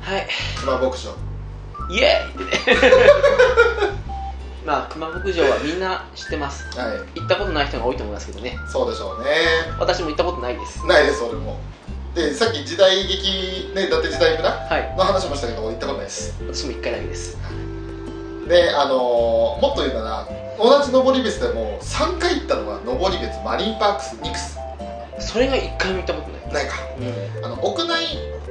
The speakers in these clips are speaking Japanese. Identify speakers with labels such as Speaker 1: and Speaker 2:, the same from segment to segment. Speaker 1: はい
Speaker 2: 熊牧場
Speaker 1: イエーイってね まあ熊牧場はみんな知ってます
Speaker 2: は
Speaker 1: 行ったことない人が多いと思いますけどね
Speaker 2: いそうでしょうね
Speaker 1: 私も行ったことないです
Speaker 2: ないです俺もでさっき時代劇ねだって時代村
Speaker 1: はい
Speaker 2: の話もしたけど行ったことないです
Speaker 1: 私も1回だけです
Speaker 2: であのーもっと言うなら同じ登別でも3回行ったのが登別マリンパークスニクス
Speaker 1: それが1回も行ったことない
Speaker 2: ないか
Speaker 1: うん
Speaker 2: あの屋内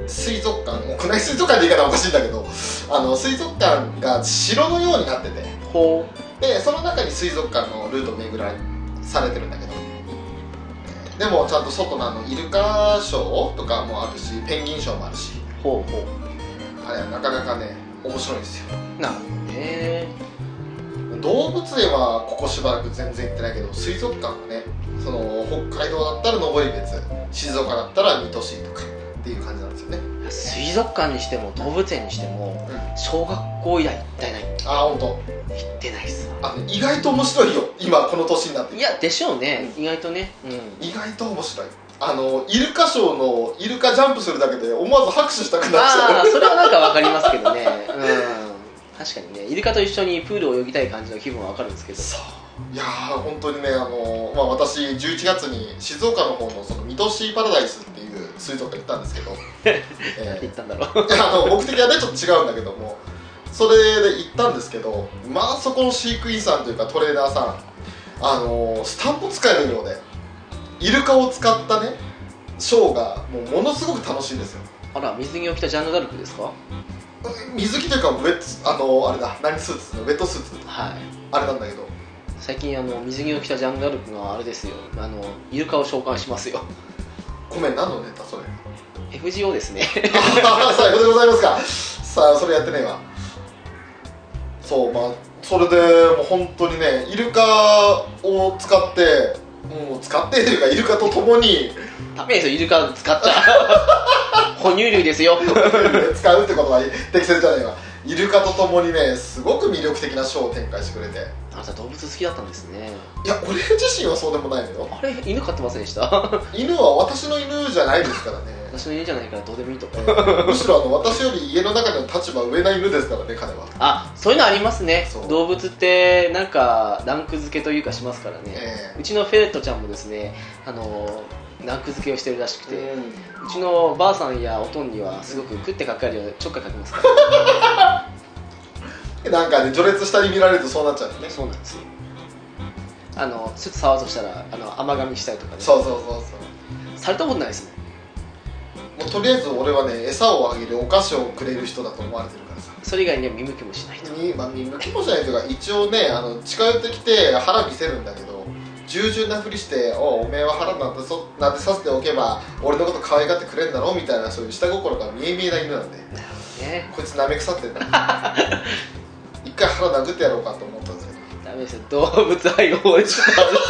Speaker 2: 水族館屋内水族館で言い方おかしいんだけどあの水族館が城のようになってて
Speaker 1: ほ
Speaker 2: でその中に水族館のルート巡らされてるんだけどでもちゃんと外のあのイルカショーとかもあるしペンギンショーもあるし
Speaker 1: うほうほ
Speaker 2: あれはなかなかね面白いんですよ
Speaker 1: うなるほどね
Speaker 2: 動物園はここしばらく全然行ってないけど水族館はねその北海道だったら登別静岡だったら水戸市とかっていう感じなんですよね
Speaker 1: 水族館にしても動物園にしても
Speaker 2: うん
Speaker 1: 小学校以来行ってない
Speaker 2: ああ本当。
Speaker 1: 行ってないっす
Speaker 2: あのね意外と面白いよ今この年になって
Speaker 1: いやでしょうね意外とねうん
Speaker 2: 意外と面白いあのイルカショーのイルカジャンプするだけで思わず拍手したくなっち
Speaker 1: あ
Speaker 2: ゃ
Speaker 1: あそれはなんかわかりますけどねうん確かにねイルカと一緒にプールを泳ぎたい感じの気分はわかるんですけ
Speaker 2: う
Speaker 1: ど
Speaker 2: ういやー本当にねあの、まあ、私11月に静岡の方のその水戸シーパラダイスっていう水族館行ったんですけど、
Speaker 1: なんて
Speaker 2: え
Speaker 1: 言ったんだろう
Speaker 2: ーあの目的はねちょっと違うんだけどもそれで行ったんですけどまあそこの飼育員さんというかトレーナーさんあのスタンプ使えるようでイルカを使ったねショーがもうものすごく楽しいんですよ
Speaker 1: あら水着を着たジャンヌ・ダルクですか
Speaker 2: 水着というかウェットあのあれだ何スーツウェットスーツ
Speaker 1: はい
Speaker 2: あれなんだけど
Speaker 1: 最近あの水着を着たジャンヌ・ダルクがあれですよあのイルカを召喚しますよ
Speaker 2: ごめん何のネタそれ
Speaker 1: FGO ですね
Speaker 2: あさようでございますかさあそれやってねえわそうまあそれでもう本当にねイルカを使ってもう使ってというかイルカと共に
Speaker 1: ダメですよイルカ使ったら 哺乳類ですよ
Speaker 2: 使うってことは適切じゃないわイルカと共にねすごく魅力的なショーを展開してくれて
Speaker 1: あなた動物好きだったんですね
Speaker 2: いや俺自身はそうでもないのよ
Speaker 1: あれ犬飼ってませんでした
Speaker 2: 犬は私の犬じゃないですからね
Speaker 1: 私の犬じゃないからどうでもいいとか
Speaker 2: むしろあの私より家の中での立場上な犬ですからね彼は、
Speaker 1: あそういうのありますね
Speaker 2: そう
Speaker 1: 動物ってなんかランク付けというかしますからね、
Speaker 2: え
Speaker 1: うちのフェレットちゃんもですねあのーランク付けをしてるらしくて、う
Speaker 2: え
Speaker 1: ちのばあさんやおとんにはすごく食ってかかるようでちょっかいかけますから
Speaker 2: なんかね序列下に見られるとそうなっちゃうよね
Speaker 1: ねそうなんですよあのちょっと触ろうとしたらあの甘噛みしたりとかね
Speaker 2: そうそうそうそ
Speaker 1: されたことないですもん
Speaker 2: うもうとりあえず俺はね餌をあげるお菓子をくれる人だと思われてるからさ
Speaker 1: それ以外には見向きもしないと
Speaker 2: に、まあ、見向きもしないというか一応ねあの近寄ってきて腹見せるんだけど従順なふりして「おうおめえは腹なんてそなんてさせておけば俺のこと可愛がってくれるんだろ」みたいなそういう下心が見え見えな犬なんで
Speaker 1: ね
Speaker 2: こいつなめ腐ってんだ一回腹殴ってやろうかと思ったんですけど
Speaker 1: ダメですよ動物愛を応援してたんで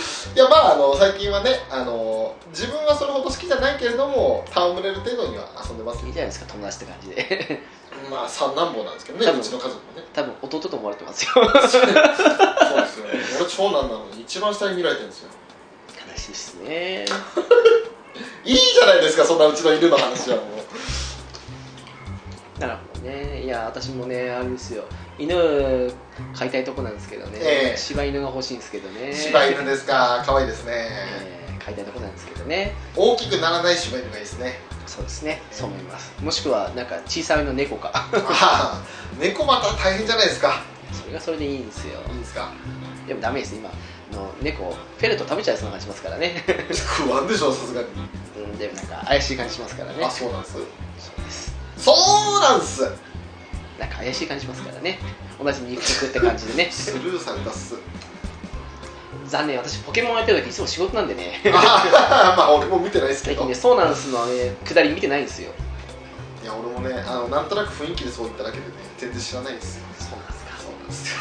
Speaker 1: す
Speaker 2: いやまああの最近はねあの自分はそれほど好きじゃないけれども戯れる程度には遊んでます
Speaker 1: いいじゃないですか友達って感じで
Speaker 2: まあ三男坊なんですけど
Speaker 1: 多
Speaker 2: ね
Speaker 1: 分
Speaker 2: うちの家族もね
Speaker 1: 多分弟と思われてますよ
Speaker 2: そうですよ俺長男なのに一番下に見られてるんですよ
Speaker 1: 悲しいですね
Speaker 2: いいじゃないですかそんなうちの犬の話はもう
Speaker 1: なるほどねいや私もねあれですよ犬飼いたいとこなんですけどね、
Speaker 2: ええ
Speaker 1: 柴犬が欲しいんですけどね
Speaker 2: 柴犬ですか可愛いですね
Speaker 1: ええ飼いたいとこなんですけどね
Speaker 2: 大きくならない柴犬がいいです ね
Speaker 1: そうですねそう思いますもしくはなんか小さめの猫か
Speaker 2: ああ猫また大変じゃないですか
Speaker 1: それがそれでいいんですよ
Speaker 2: いいんですか
Speaker 1: でもダメです今あの猫フェレット食べちゃいそうな感じしますからね
Speaker 2: 不安でしょさすがに
Speaker 1: うんでもなんか怪しい感じしますからね
Speaker 2: あそうなんす
Speaker 1: そうです
Speaker 2: そうなんす
Speaker 1: なんか怪しい感じしますからね同じ肉食って感じでね
Speaker 2: スルーされたっ す
Speaker 1: 残念私ポケモンやってる時いつも仕事なんでね
Speaker 2: あーまあ俺も見てないですけ
Speaker 1: 最
Speaker 2: ど
Speaker 1: 近ねそうなんすのね下り見てないんですよ
Speaker 2: いや俺もねあのなんとなく雰囲気でそう言っただけでね全然知らないですよ
Speaker 1: そうなんすか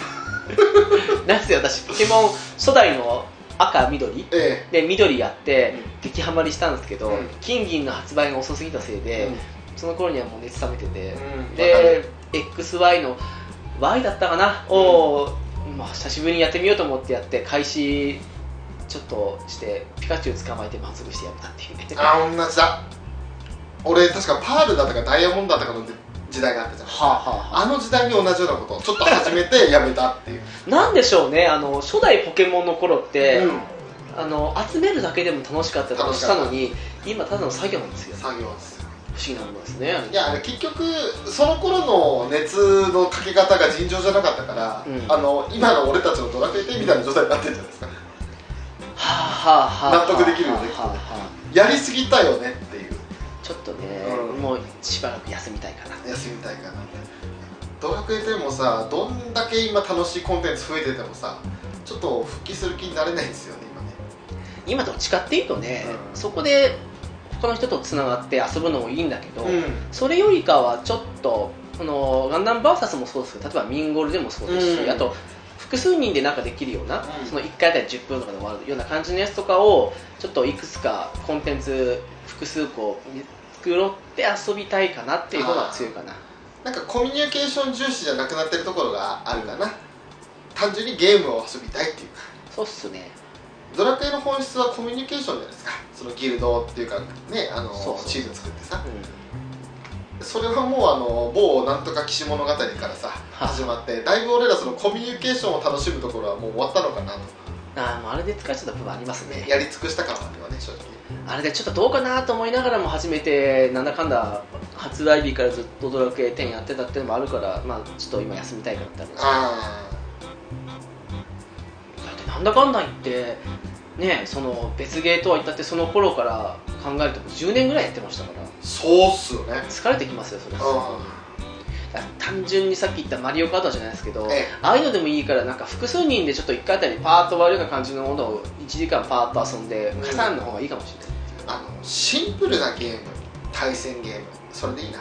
Speaker 2: そうなんですよ
Speaker 1: なんせ私ポケモン初代の赤緑
Speaker 2: え
Speaker 1: で緑やって
Speaker 2: うん
Speaker 1: 激ハマりしたんですけど、
Speaker 2: うん
Speaker 1: 金銀の発売が遅すぎたせいで、
Speaker 2: え
Speaker 1: その頃にはもう熱冷めてて、
Speaker 2: うんわか
Speaker 1: で
Speaker 2: る
Speaker 1: XY の Y だったかなを、まあ、久しぶりにやってみようと思ってやって開始ちょっとしてピカチュウ捕まえて満足してやめたっていうね
Speaker 2: あー同じだ俺確かパールだったかダイヤモンドだったかの時代があったじゃん
Speaker 1: はあはあは
Speaker 2: あの時代に同じようなことをちょっと始めて やめたっていう、
Speaker 1: あ、なんでしょうねあの初代ポケモンの頃って、
Speaker 2: うん
Speaker 1: あの集めるだけでも楽しかったりとかしたのに今ただの作業なんですよ
Speaker 2: 作業ですよ
Speaker 1: 不思議なものですね
Speaker 2: いやあれ結局その頃の熱のかけ方が尋常じゃなかったから、
Speaker 1: うん
Speaker 2: あの今の俺たちのドラクエ10みたいな状態になってるじゃないですか
Speaker 1: はあはあはあ
Speaker 2: 納得できるよね
Speaker 1: はあはあは
Speaker 2: やりすぎたよねっていう
Speaker 1: あちょっとね、
Speaker 2: うん
Speaker 1: もうしばらく休みたいかな
Speaker 2: 休みたいかなドラクエ10もさどんだけ今楽しいコンテンツ増えててもさちょっと復帰する気になれないんですよね今ね
Speaker 1: 今どっちかっていうとね、
Speaker 2: うん
Speaker 1: そこで他の人とつながって遊ぶのもいいんだけど、
Speaker 2: うん
Speaker 1: それよりかはちょっとこのガンダム VS もそうですけど例えばミンゴルでもそうですし、
Speaker 2: うん
Speaker 1: あと複数人でなんかできるような、
Speaker 2: うん
Speaker 1: その1回あたり10分とかで終わるような感じのやつとかをちょっといくつかコンテンツ複数個見繕って遊びたいかなっていう方が強いかな
Speaker 2: なんかコミュニケーション重視じゃなくなってるところがあるかな単純にゲームを遊びたいっていう
Speaker 1: そうっすね
Speaker 2: ドラクエの本質はコミュニケーションじゃないですかそのギルドっていうかねあの
Speaker 1: そうそう
Speaker 2: チーム作ってさ
Speaker 1: う
Speaker 2: それはもうあの某なんとか騎士物語からさ
Speaker 1: い
Speaker 2: 始まってだいぶ俺らそのコミュニケーションを楽しむところはもう終わったのかなと、
Speaker 1: ん、ああもうあれで疲れちゃった部分あります
Speaker 2: ね、
Speaker 1: ね
Speaker 2: やり尽くした感はあるよね正直
Speaker 1: あれでちょっとどうかなと思いながらも初めてなんだかんだ発売日からずっとドラクエ10やってたっていうのもあるからまあちょっと今休みたいからってあるんですけど
Speaker 2: あ
Speaker 1: だってなんだかんだ言ってねその別ゲーとは言ったってその頃から考えると10年ぐらいやってましたから
Speaker 2: あそうっすよね
Speaker 1: 疲れてきますよそれは
Speaker 2: う
Speaker 1: だから単純にさっき言ったマリオカートじゃないですけど
Speaker 2: んえ
Speaker 1: ああいうのでもいいからなんか複数人でちょっと1回あたりパーッと終わるような感じのものを1時間パーッと遊んで
Speaker 2: うん
Speaker 1: 加算の方がいいかもしれない、
Speaker 2: あのシンプルなゲーム対戦ゲームそれでいいな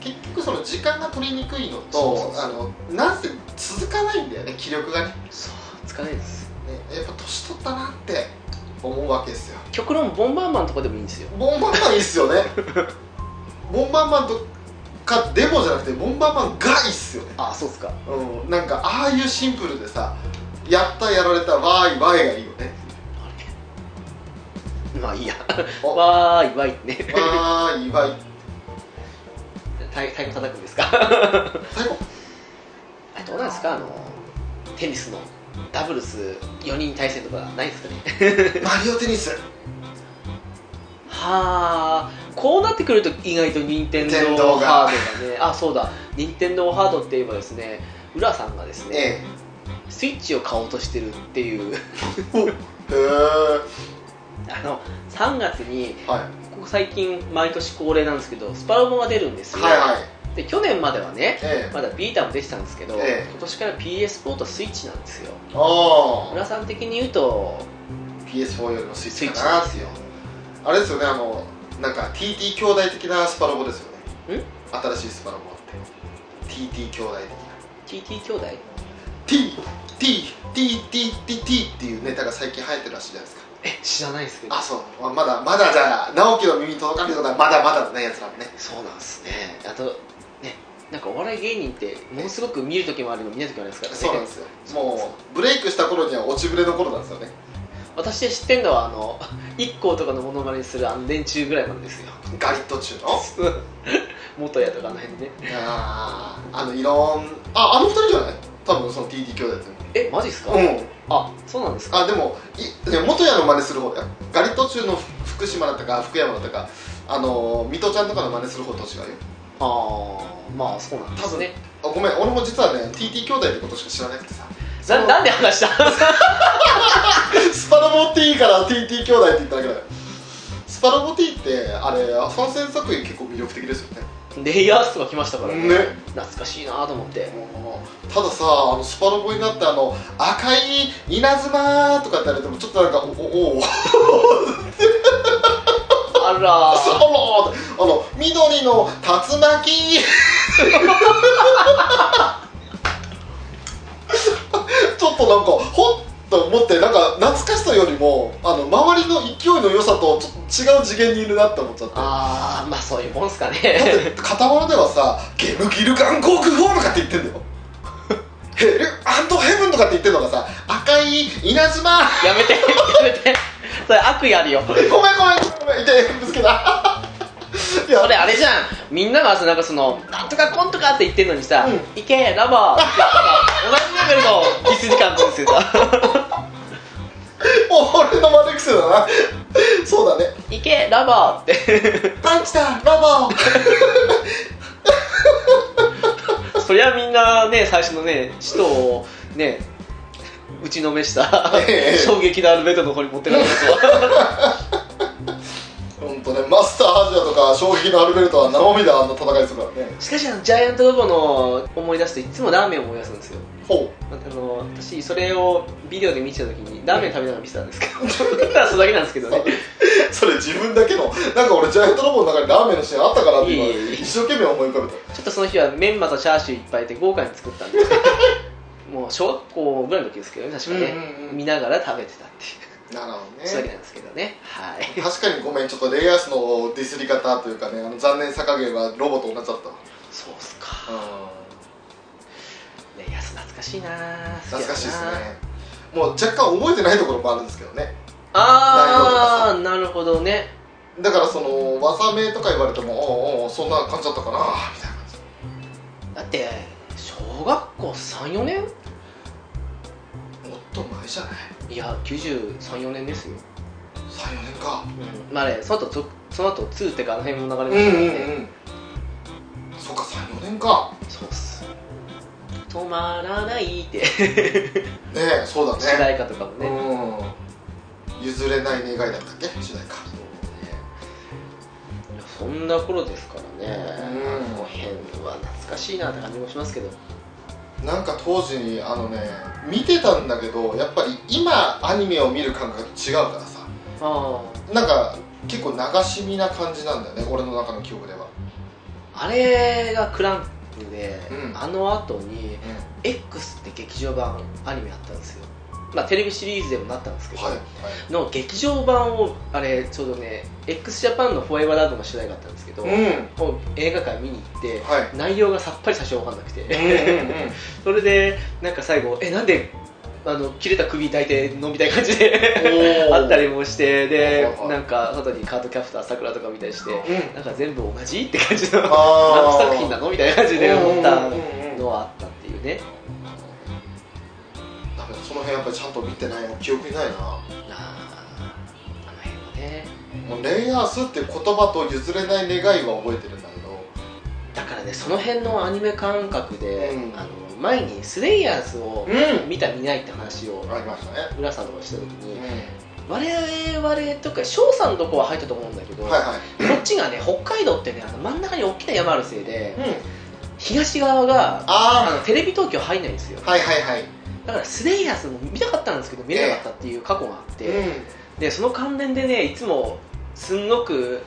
Speaker 2: 結局その時間が取りにくいの
Speaker 1: そ
Speaker 2: と
Speaker 1: うそうそう
Speaker 2: あのなんせ続かないんだよね気力がねね
Speaker 1: そう疲れです
Speaker 2: やっぱ年取ったなって思うわけですよ
Speaker 1: 極論ボンバーマンとかでもいいんですよ
Speaker 2: ボンバーマンいいっすよね ボンバーマンとかデモじゃなくてボンバーマンがいいっすよね
Speaker 1: ああそうっすか
Speaker 2: うんなんかああいうシンプルでさやったやられたわーいわーいがいいよね
Speaker 1: まあいいや
Speaker 2: おわ
Speaker 1: わーいわいってね
Speaker 2: ーいわい
Speaker 1: 太太鼓叩くんですか
Speaker 2: 最高
Speaker 1: あれどうなんですかあのテニスのダブルス4人対戦とかないですかね
Speaker 2: マリオテニス
Speaker 1: はあこうなってくると意外と任天堂
Speaker 2: 任天堂が
Speaker 1: ハードがねあそうだ任天堂ハードって言えばですね浦さんがですね、
Speaker 2: え
Speaker 1: スイッチを買おうとしてるっていう
Speaker 2: えへえ
Speaker 1: あの3月に
Speaker 2: はい
Speaker 1: ここ最近毎年恒例なんですけどスパロボが出るんですよ、
Speaker 2: はいはい
Speaker 1: で去年まではね
Speaker 2: ええ
Speaker 1: まだビータもできたんですけど、
Speaker 2: ええ
Speaker 1: 今年から PS4 とスイッチなんですよ
Speaker 2: ああ
Speaker 1: 浦さん的に言うと
Speaker 2: PS4 よりもスイ
Speaker 1: スイ
Speaker 2: ッ
Speaker 1: ッ
Speaker 2: チ
Speaker 1: チ
Speaker 2: かなっていうあれですよねあのなんか TT 兄弟的なスパロボですよね新しいスパロボって TT 兄弟的な
Speaker 1: TT 兄弟
Speaker 2: T T T T T T っていうネタが最近流行ってるらしいじゃないですか
Speaker 1: え知らないですけど
Speaker 2: あそうまだまだじゃあ直樹の耳に届かないようなまだまだのねやつらもね
Speaker 1: そうなんですねあとねなんかお笑い芸人ってものすごく見る時もあるの見ない時もありますからね
Speaker 2: そうなんですよもうブレイクした頃には落ちぶれの頃なんですよね
Speaker 1: 私で知ってんのはあの IKKO とかのモノマネするあの連中ぐらいなんです よ
Speaker 2: ガリット中の
Speaker 1: 元やとかあの辺でね
Speaker 2: あーあのいろんああの二人じゃない多分その TT 兄弟って
Speaker 1: えマジっすか、
Speaker 2: うん
Speaker 1: あそうなんですか
Speaker 2: あでもいでも元屋の真似する方だよガリット中の福島だったか福山だったかあの水戸ちゃんとかの真似する方と違うよ
Speaker 1: ああまあそうなんですね
Speaker 2: あごめん俺も実はね TT 兄弟ってことしか知らなくてさそ
Speaker 1: な
Speaker 2: の
Speaker 1: なんで話した
Speaker 2: スパロボ T から TT 兄弟って言っただけだよスパロボ T ってあれ参戦作品結構魅力的ですよね
Speaker 1: レイヤースとか来ましたからね
Speaker 2: ね
Speaker 1: 懐かしいなと思って
Speaker 2: たださあのスパロボになってあの赤い稲妻とかってあれでもちょっとなんかおおお
Speaker 1: あら
Speaker 2: ス
Speaker 1: ー
Speaker 2: パローあの緑の竜巻ちょっとなんかほっと思ってなんか懐かしさよりもあの周りの勢いの良さとちょっと違う次元にいるなって思っちゃって
Speaker 1: ああまあそういうもんっすか
Speaker 2: だ
Speaker 1: ね
Speaker 2: って片物ではさ「ゲムギルガンコークフォール」かって言ってんだよヘルアンドヘブンとかって言ってんのがさ赤い稲妻
Speaker 1: やめてやめてそれ悪意あるよ
Speaker 2: ごめんごめんごめん痛いぶつけたいや
Speaker 1: それあれじゃんみんながさなんかその「なんとかこんとか」って言ってんのにさ
Speaker 2: うん
Speaker 1: 「行けラバー」ってさ同じレベルのディスり感とですよさ
Speaker 2: 俺の悪癖だなそうだね
Speaker 1: 「行けラバー」って
Speaker 2: パンチだラバー
Speaker 1: そりゃみんなね最初のね使徒をね打ちのめした
Speaker 2: ええ
Speaker 1: 衝撃のアルベッドの方に持ってなかったとは
Speaker 2: 本当ねマスターアジアとか衝撃のアルベルトは生身であんな戦いするからね
Speaker 1: しかしあのジャイアントロボの思い出すといつもラーメンを思い出すんですよ
Speaker 2: ほ
Speaker 1: あの私それをビデオで見てた時にラーメン食べながら見てたんですけ どただそれだけなんですけどね
Speaker 2: うそれ自分だけのなんか俺ジャイアントロボの中にラーメンのシーンあったからって今
Speaker 1: いえいえ
Speaker 2: 一生懸命思い浮かべた
Speaker 1: ちょっとその日はメンマとチャーシューいっぱいで豪華に作ったんですけどもう小学校ぐらいの時ですけどね確かね、
Speaker 2: うんうんうん
Speaker 1: 見ながら食べてたっていう
Speaker 2: なるほど
Speaker 1: それだけなんですけどねはい
Speaker 2: 確かにごめんちょっとレイアースのディスり方というかねあの残念さ加減はロボと同じだったわ
Speaker 1: そうっすか
Speaker 2: うん
Speaker 1: ね安懐かしいな
Speaker 2: 懐かしいですね
Speaker 1: 好きだな
Speaker 2: もう若干覚えてないところもあるんですけどね
Speaker 1: ああなるほどね
Speaker 2: だからその技名とか言われてもおうおうそんな感じだったかなみたいな感じ
Speaker 1: だって小学校34年
Speaker 2: もっと前じゃない
Speaker 1: いや934年ですよ、
Speaker 2: 34年か
Speaker 1: まあねその後とその後2ってかあの辺も
Speaker 2: う
Speaker 1: 流れましたからね、
Speaker 2: んそっか34年か
Speaker 1: そうっす止まらないって、
Speaker 2: ねえそうだね
Speaker 1: 主題歌とかもね、
Speaker 2: うん譲れない願いだったっけ主題歌
Speaker 1: そうねいやそんな頃ですからね、
Speaker 2: うん
Speaker 1: この辺は懐かしいなって感じもしますけど
Speaker 2: なんか当時にあのね見てたんだけどやっぱり今アニメを見る感覚が違うからさ
Speaker 1: あ
Speaker 2: なんか結構流し見な感じなんだよね俺の中の記憶では
Speaker 1: ああれがクランクで、
Speaker 2: うん
Speaker 1: あの後に X って劇場版アニメあったんですよまあテレビシリーズでもなったんですけど、
Speaker 2: はいはい
Speaker 1: の劇場版をあれちょうどね x ジャパンの「フォーエバーラブ」の主題歌だったんですけど、
Speaker 2: ん
Speaker 1: を映画館見に行って
Speaker 2: はい
Speaker 1: 内容がさっぱり最初分かんなくて、
Speaker 2: うん
Speaker 1: それでなんか最後えなんであの切れた首抱いて飲みたい感じで
Speaker 2: おー
Speaker 1: あったりもしてで
Speaker 2: はいはい
Speaker 1: なんか後にカードキャプターさくらとか見たりして
Speaker 2: うん
Speaker 1: なんか全部同じって感じの何
Speaker 2: あー
Speaker 1: 作品なのみたいな感じで思った
Speaker 2: うんうんうんうん
Speaker 1: のはあったっていうね
Speaker 2: ダメだその辺やっぱりちゃんと見てないの記憶にないな
Speaker 1: あーあの辺はね
Speaker 2: もうレイアースって言葉と譲れない願いは覚えてるんだけど
Speaker 1: だからねその辺のアニメ感覚で、
Speaker 2: うん
Speaker 1: あの前にスレイヤーズを
Speaker 2: ん
Speaker 1: 見た見ないって話を
Speaker 2: ありましたね
Speaker 1: 浦さんとかした時
Speaker 2: う
Speaker 1: に
Speaker 2: ん
Speaker 1: 我々とか翔さんのとこは入ったと思うんだけど、
Speaker 2: はいはい
Speaker 1: こっちがね北海道ってねあの真ん中に大きな山あるせいで
Speaker 2: うん
Speaker 1: 東側があ
Speaker 2: あ
Speaker 1: のテレビ東京入んないんですよ
Speaker 2: あはいはいはい
Speaker 1: だからスレイヤーズも見たかったんですけど見れなかったっていう過去があって、でその関連でねいつもすんごく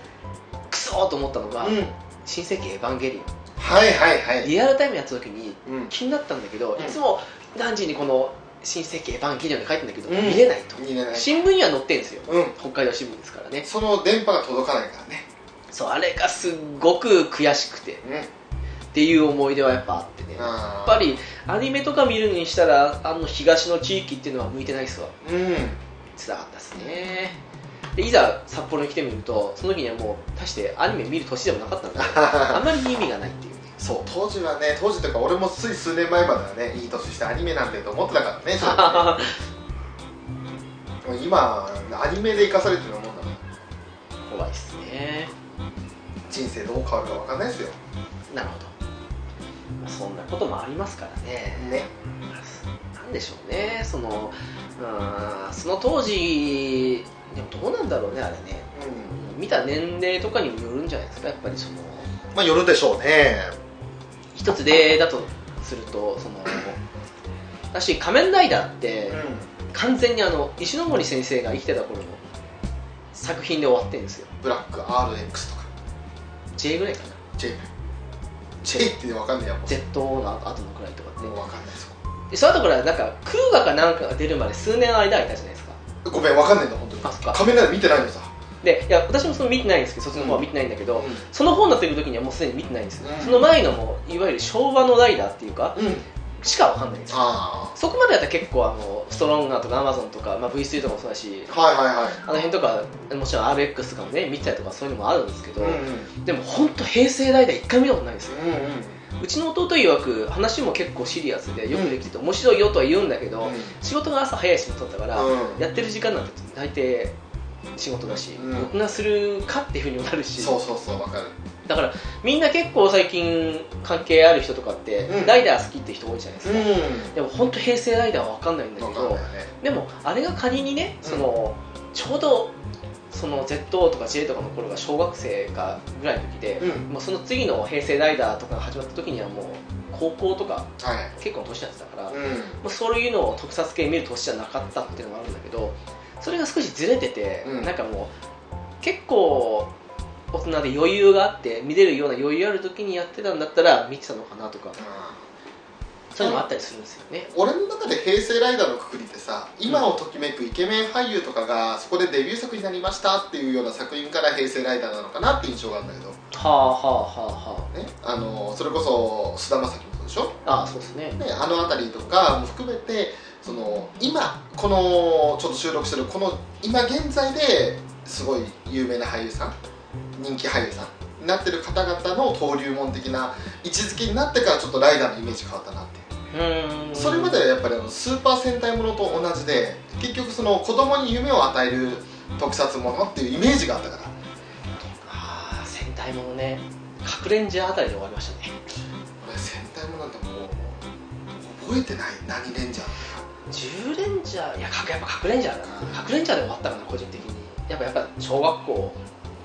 Speaker 1: クソーと思ったのが「
Speaker 2: うん
Speaker 1: 新世紀エヴァンゲリ
Speaker 2: はいはいは
Speaker 1: オン」
Speaker 2: い
Speaker 1: リアルタイムやった時に
Speaker 2: うん
Speaker 1: 気になったんだけど、
Speaker 2: うん
Speaker 1: いつも何時にこの「新世紀エヴァンゲリオン」に書いてんだけど、
Speaker 2: うん
Speaker 1: 見れないと
Speaker 2: 見れない
Speaker 1: 新聞には載ってんですよ
Speaker 2: うん
Speaker 1: 北海道新聞ですからね
Speaker 2: その電波が届かないからね
Speaker 1: そうあれがすっごく悔しくてっ
Speaker 2: うん
Speaker 1: ていう思い出はやっぱあってねや
Speaker 2: や
Speaker 1: っぱりアニメとか見るにしたらあの東の地域っていうのは向いてないっすわ
Speaker 2: うん
Speaker 1: つらかったっすねでいざ札幌に来てみるとその時にはもう大してアニメ見る年でもなかったんだあまり意味がないっていうね
Speaker 2: そう当時はね当時というか俺もつい数年前まではねいい年してアニメなんてと思ってたからね 正直ね今アニメで生かされてるようなもんだから
Speaker 1: 怖いっすね
Speaker 2: 人生どう変わるか分かんないですよ
Speaker 1: なるほどまあそんなこともありますからね
Speaker 2: ね
Speaker 1: なんでしょうねそのうーんその当時でもどうなんだろうねあれね
Speaker 2: う
Speaker 1: 見た年齢とかにもよるんじゃないですかやっぱりその
Speaker 2: んまあよるでしょうね
Speaker 1: 一つ例だとするとその私仮面ライダーって
Speaker 2: う
Speaker 1: 完全にあの石ノ森先生が生きてた頃の作品で終わってるんですよ
Speaker 2: んブラック RX とか
Speaker 1: J ぐらいかな
Speaker 2: J J って分かんないやもう
Speaker 1: Z の後のくらいとかって
Speaker 2: もう分かんないです
Speaker 1: でその後からなんか空ガかなんかが出るまで数年間空いたじゃないですか
Speaker 2: ごめん分かんないんだ本当に
Speaker 1: あそっか
Speaker 2: 仮面ライダー見てないのさ
Speaker 1: でいや私もその見てないんですけどそっちの方は見てないんだけど、その方になってる時にはもうすでに見てないんですよ、
Speaker 2: うん
Speaker 1: その前のもういわゆる昭和のライダーっていうか
Speaker 2: うん
Speaker 1: しかわかんないんですよ
Speaker 2: あ
Speaker 1: そこまでやったら結構あのストロンガーとかアマゾンとか、まあ、V3 とかもそうだし
Speaker 2: あはいはいはい
Speaker 1: あの辺とかもちろん RX とかもね見てたりとかそういうのもあるんですけど、
Speaker 2: うん
Speaker 1: でも本当平成代々一回見たことないんですよ
Speaker 2: うんうん
Speaker 1: うちの弟曰く話も結構シリアスでよくできてて面白いよとは言うんだけど、仕事が朝早い仕事だったから、
Speaker 2: うん
Speaker 1: やってる時間なんて大抵仕事だし、
Speaker 2: うん
Speaker 1: 録画するかっていうふうにもなるし
Speaker 2: そうそうそうわかる
Speaker 1: だからみんな結構最近関係ある人とかって、
Speaker 2: うん
Speaker 1: ライダー好きって人多いじゃないですか、
Speaker 2: う
Speaker 1: でも本当平成ライダーは分かんないんだ
Speaker 2: わ
Speaker 1: け
Speaker 2: かん
Speaker 1: ど
Speaker 2: ないよね
Speaker 1: でもあれが仮にねその、ちょうどその ZO とか J とかの頃が小学生かぐらいの時で、
Speaker 2: うん
Speaker 1: もうその次の平成ライダーとかが始まった時にはもう高校とか
Speaker 2: はい
Speaker 1: 結構年なんですだから、
Speaker 2: うん
Speaker 1: まあ、そういうのを特撮系見る年じゃなかったっていうのもあるんだけどそれが少しずれてて、
Speaker 2: うん
Speaker 1: なんかもう結構大人で余裕があって見れるような余裕ある時にやってたんだったら見てたのかなとかそういうのもあったりするんですよね
Speaker 2: 俺の中で平成ライダーのくくりってさ今をときめくイケメン俳優とかがそこでデビュー作になりましたっていうような作品から平成ライダーなのかなって印象があるんだけど、
Speaker 1: はあはあはあは
Speaker 2: ね、あのそれこそ菅田将暉もそうでしょ
Speaker 1: あああそうですね
Speaker 2: ね、あの辺りとかも含めてその今このちょっと収録してるこの今現在ですごい有名な俳優さん人気俳優さんになってる方々の登竜門的な位置づけになってからちょっとライダーのイメージ変わったなって
Speaker 1: うーん
Speaker 2: それまではやっぱりあのスーパー戦隊ものと同じで結局その子供に夢を与える特撮ものっていうイメージがあったから
Speaker 1: ああ戦隊ものね隠レンジャーあたりで終わりましたね
Speaker 2: 俺戦隊ものなんてもう覚えてない何レンジャー
Speaker 1: 10レンジャーいやかやっぱ隠レンジャーだな隠レンジャーで終わったかな個人的にやっぱやっぱ小学校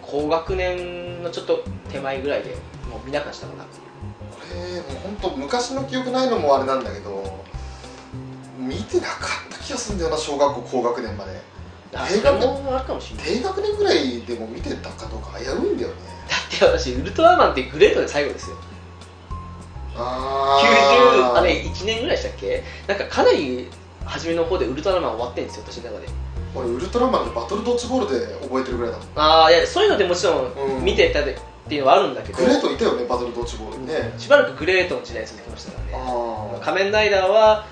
Speaker 1: 高学年のちょっと手前ぐらいでもう見なくなっちゃったかな
Speaker 2: 俺もう本当昔の記憶ないのもあれなんだけど見てなかった気がするんだよな小学校高学年まで
Speaker 1: あ
Speaker 2: 映
Speaker 1: そ
Speaker 2: 画
Speaker 1: れ
Speaker 2: も
Speaker 1: もあるかもしれないだ
Speaker 2: 低学年ぐらいでも見てたかどうか危ういんだよね
Speaker 1: って私ウルトラマンってグレートで最後ですよ
Speaker 2: あ
Speaker 1: 90あれ
Speaker 2: れ
Speaker 1: 1年ぐらいでしたっけなんかかなり初めの方でウルトラマン終わってんですよ私の中で
Speaker 2: 俺ウルトラマンのバトルドッジボールで覚えてるぐらいだもん
Speaker 1: ああいやそういうのでもちろ
Speaker 2: うん
Speaker 1: ん見てたでっていうのはあるんだけど
Speaker 2: グレートいたよねバトルドッジボールね
Speaker 1: しばらくグレートの時代続きましたからね
Speaker 2: あ
Speaker 1: 仮面ライダーは、